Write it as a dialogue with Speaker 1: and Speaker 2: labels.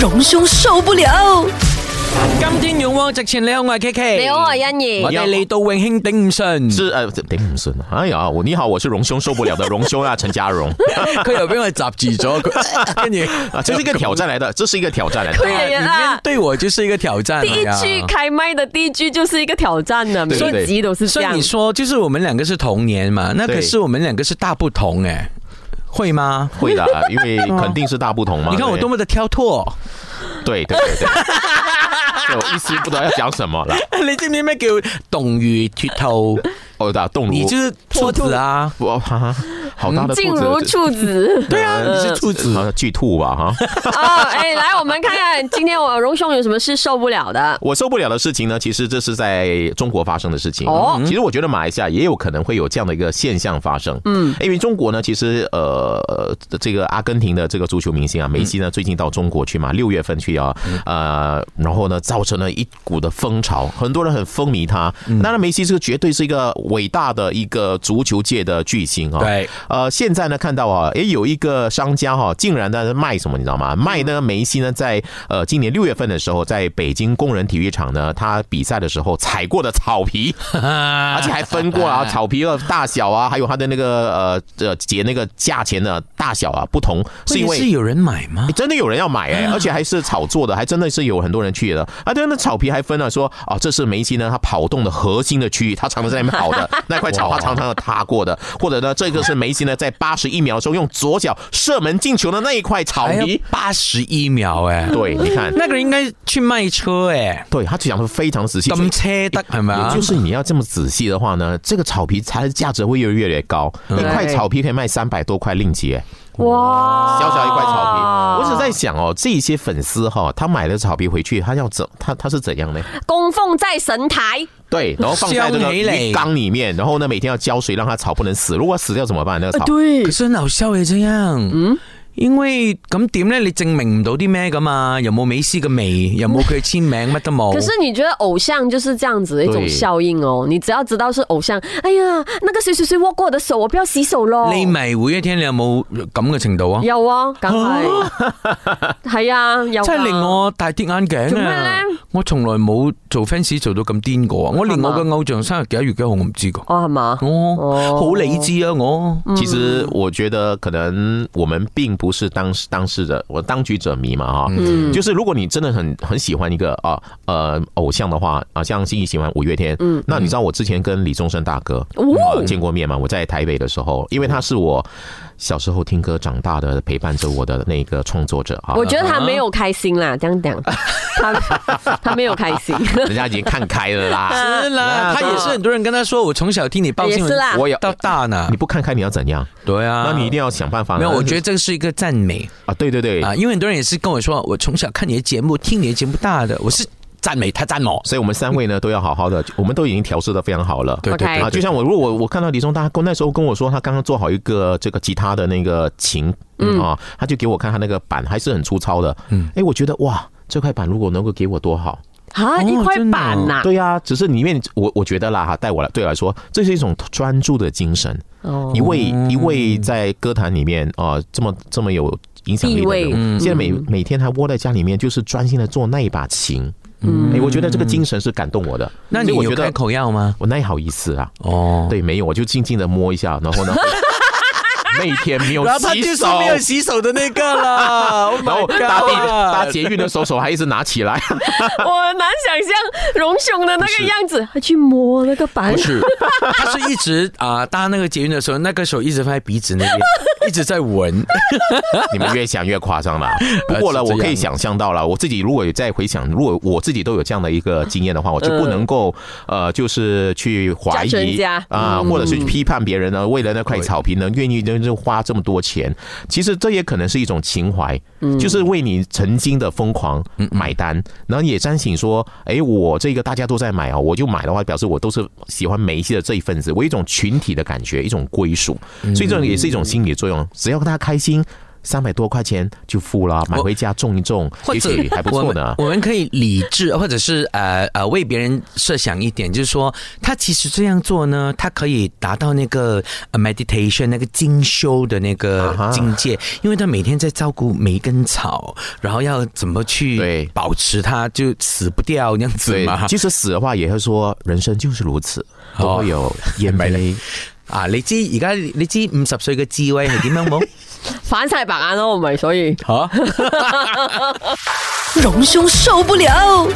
Speaker 1: 榮兄受不了。
Speaker 2: 今天勇往直前，你好，我係 K K。
Speaker 3: 你好，
Speaker 4: 啊
Speaker 3: 我係欣怡
Speaker 2: 我。哋嚟到永興頂唔順，
Speaker 4: 是呃，顶唔顺啊！哎呀，我你好，我是榮兄受不了的榮兄啊，陳家 榮
Speaker 2: 佢又俾我閘住咗， 佢跟住
Speaker 4: 啊，這是一個挑戰來的，這是一個挑戰來的。
Speaker 3: 對呀
Speaker 2: 啊你對我就是一個挑戰。
Speaker 3: 第一
Speaker 2: 哎
Speaker 3: 句
Speaker 2: 呀
Speaker 3: 開麥的第一句就是一個挑戰呢，每
Speaker 4: 對對對
Speaker 3: 一集都是這
Speaker 2: 所以你
Speaker 3: 樣。
Speaker 2: 說，就是我們兩個是同年嘛，那可
Speaker 4: 對
Speaker 2: 是我們兩個是大不同哎、會嗎？
Speaker 4: 會的，因為肯定是大不同嘛。
Speaker 2: 哦你看我多
Speaker 4: 對
Speaker 2: 麼的挑脱，
Speaker 4: 对对对对，對我一時不知道要講什 麼了。
Speaker 2: 你知唔知咩叫動如脱 兔？
Speaker 4: 哦，打動如
Speaker 2: 你就是嗯兔子啊！
Speaker 4: 哇，哈哈好大的
Speaker 3: 靜
Speaker 4: 兔子，嗯
Speaker 3: 如
Speaker 4: 這
Speaker 3: 處子
Speaker 2: 对啊，你是兔子。
Speaker 4: 呃好像巨兔吧哈。
Speaker 3: 啊！哎，來，我們看看今天我榮兄有什麼事受不了的。
Speaker 4: 我受不了的事情呢，其实这是在中国发生的事情。
Speaker 3: 哦
Speaker 4: 哦，其实我觉得马来西亚也有可能会有这样的一个现象发生。嗯，因为中国呢，其实呃，呃这个阿根廷的这个足球明星啊，梅西呢，最近到中国去嘛，六月份去啊，呃，然后呢，造成了一股的风潮，很多人很风靡他。当然，梅西这个绝对是一个伟大的一个足球界的巨星啊。
Speaker 2: 对，
Speaker 4: 呃，现在呢看到啊，诶有一个商家哈、竟然在卖什么，你知道吗？卖呢梅西呢在呃今年六月份的时候，在北京工人体育场呢，他比赛的时候踩过的草皮，而
Speaker 2: 而
Speaker 4: 且还分过啊，草皮的大小啊，还有它的那个呃呃结那个价钱的大小啊不同，是因为
Speaker 2: 是有人买吗
Speaker 4: 欸？真的有人要买哎、而且还是炒作的，还真的是有很多人去的。啊，对，那草皮还分了说，哦，这是梅西呢，他跑动的核心的区域，他常常在那边跑的那块草，他常常有踏过的，或者呢，这个是梅西呢在八十一秒钟用左脚射门进球的那一块草
Speaker 2: 哎
Speaker 4: 皮。
Speaker 2: 八十一秒哎、
Speaker 4: 对，你看，
Speaker 2: 那个人应该去卖车哎、
Speaker 4: 对他讲的非常仔细。所以
Speaker 2: 咁車得係咪啊
Speaker 4: 也就？是你要这么仔细的话呢，这个草皮它的价值会越来越高，一块草皮可以卖三百多块令吉，哎
Speaker 3: 哇！
Speaker 4: 小小一块草皮。我只在想哦，这些粉丝哈、他买了草皮回去，他要怎他他是怎样呢？
Speaker 3: 供奉在神台，
Speaker 4: 对，然后放在这
Speaker 2: 香
Speaker 4: 个
Speaker 2: 梅蕾
Speaker 4: 浴缸里面，然后呢每天要浇水，让它草不能死。如果死掉怎么办？那个草，
Speaker 3: 對
Speaker 2: 可是很好笑嘅這樣，嗯，因為咁點咧？你證明唔到啲咩噶嘛？又冇美斯嘅味，又冇佢嘅簽名，乜都
Speaker 4: 哦
Speaker 2: 冇。
Speaker 3: 可是你覺得偶像就是這樣子的一種
Speaker 4: 對
Speaker 3: 效應哦？你只要知道是偶像，哎呀，那個誰誰誰握過我的手，我不要洗手咯。
Speaker 2: 你迷會一天，你有冇咁嘅程度啊？
Speaker 3: 哦有啊，梗係 係啊，有啊。
Speaker 2: 真係 令我大跌眼
Speaker 3: 做
Speaker 2: 鏡
Speaker 3: 咩
Speaker 2: 啊
Speaker 3: 咧！
Speaker 2: 我從來冇做 fans 做到咁癲過啊！我連
Speaker 3: 係嘛
Speaker 2: 我嘅偶像生日幾多月幾號我唔知噶。
Speaker 3: 哦，係嘛？
Speaker 2: 哦，好理智啊！我
Speaker 4: 其实我觉得可能我们并不是当事当事者，我当局者迷嘛哈、就是如果你真的很很喜欢一个啊呃偶像的话啊，像心仪喜欢五月天，嗯，那你知道我之前跟李宗盛大哥、
Speaker 3: 哦
Speaker 4: 呃见过面嘛？我在台北的时候，因为他是我小时候听歌长大的，陪伴着我的那个创作者啊。
Speaker 3: 我觉得他没有开心啦，这样讲， 他他没有开心，
Speaker 4: 人家已经看开 了啦，
Speaker 2: 是啦，
Speaker 4: 那
Speaker 2: 他也是很多人跟他说，我從小聽你報新
Speaker 3: 也是啦
Speaker 2: 聞，
Speaker 4: 我也
Speaker 2: 到大呢
Speaker 4: 你。不看开你要怎样？
Speaker 2: 對啊，
Speaker 4: 那你一定要想办法。
Speaker 2: 没有，我觉得这个是一个赞美
Speaker 4: 啊，对对对，
Speaker 2: 啊，因为很多人也是跟我说，我从小看你的节目，听你的节目大的，我是赞美他赞我，
Speaker 4: 所以我们三位呢都要好好的，我们都已经调试的非常好了。
Speaker 2: 对对
Speaker 3: OK
Speaker 2: 对，
Speaker 4: 啊，就像我，如果我我看到李宗大哥那时候跟我说，他刚刚做好一个这个吉他的那个琴，嗯啊，他就给我看他那个板还是很粗糙的，嗯，哎，我觉得哇，这块板如果能够给我多好，
Speaker 3: 啊，
Speaker 4: 哦
Speaker 3: 一块板呐、
Speaker 4: 对呀、只是里面我我觉得啦哈，带我来对我来说，这是一种专注的精神，
Speaker 3: 哦
Speaker 4: 一位
Speaker 2: 嗯
Speaker 4: 一位在歌坛里面啊、这么这么有影响力
Speaker 3: 地
Speaker 4: 的
Speaker 3: 位嗯
Speaker 4: 人物，现在每
Speaker 2: 嗯
Speaker 4: 每天还窝在家里面，就是专心的做那一把琴。
Speaker 3: 嗯
Speaker 4: 哎，我觉得这个精神是感动我的。
Speaker 2: 那
Speaker 4: 所
Speaker 2: 你
Speaker 4: 以我
Speaker 2: 有
Speaker 4: 觉
Speaker 2: 开
Speaker 4: 得
Speaker 2: 口要吗？
Speaker 4: 我哪里好意思啊？
Speaker 2: 哦，
Speaker 4: 对，没有，我就静静的摸一下，然后呢，那一天没有
Speaker 2: 然后他
Speaker 4: 洗
Speaker 2: 就是
Speaker 4: 手，
Speaker 2: 没有洗手的那个 了，Oh
Speaker 4: 然
Speaker 2: my
Speaker 4: 后
Speaker 2: god
Speaker 4: 搭地搭捷运的时候手还一直拿起来，
Speaker 3: 我很难想象荣兄的那个样子，他去摸那个板
Speaker 2: 不，是，他是一直啊搭那个捷运的时候，那个手一直放在鼻子那边，一直在闻，
Speaker 4: 你们越想越夸张 了。不过呢，
Speaker 2: 呃是这样
Speaker 4: 我可以想象到了，我自己如果有再回想，如果我自己都有这样的一个经验的话，我就不能够
Speaker 2: 嗯
Speaker 4: 呃，就是去怀
Speaker 3: 加人
Speaker 4: 疑
Speaker 3: 家
Speaker 4: 啊，或者是去批判别人呢，为了那块草坪呢，愿意呢就花这么多钱。其实这也可能是一种情怀，就是为你曾经的疯狂
Speaker 2: 嗯
Speaker 4: 买单，然后也彰显说，哎，我这个大家都在买啊，我就买的话，表示我都是喜欢梅西的这一份子，
Speaker 2: 嗯
Speaker 4: 我有一种群体的感觉，一种归属，所以这种也是一种心理作用。只要大家开心。三百多块钱就付了，买回家种一种，
Speaker 2: 或
Speaker 4: 也
Speaker 2: 者
Speaker 4: 许还不
Speaker 2: 我
Speaker 4: 错
Speaker 2: 们
Speaker 4: 呢。
Speaker 2: 我们可以理智，或者是呃呃为别人设想一点，就是说他其实这样做呢，他可以达到那个呃 meditation 那个精修的那个
Speaker 4: 啊哈
Speaker 2: 境界，因为他每天在照顾每一根草，然后要怎么去
Speaker 4: 对
Speaker 2: 保持它就死不掉那样子
Speaker 4: 对
Speaker 2: 嘛，。哦
Speaker 4: 即使死的话，也会说人生就是如此，都 会有烟杯。
Speaker 2: 啊，你知而家你知五十歲嘅智慧係點樣 冇？
Speaker 3: 反啊晒
Speaker 4: 啊
Speaker 3: 白眼咯，我咪所以。
Speaker 2: 嚇！
Speaker 1: 隆兄受不了。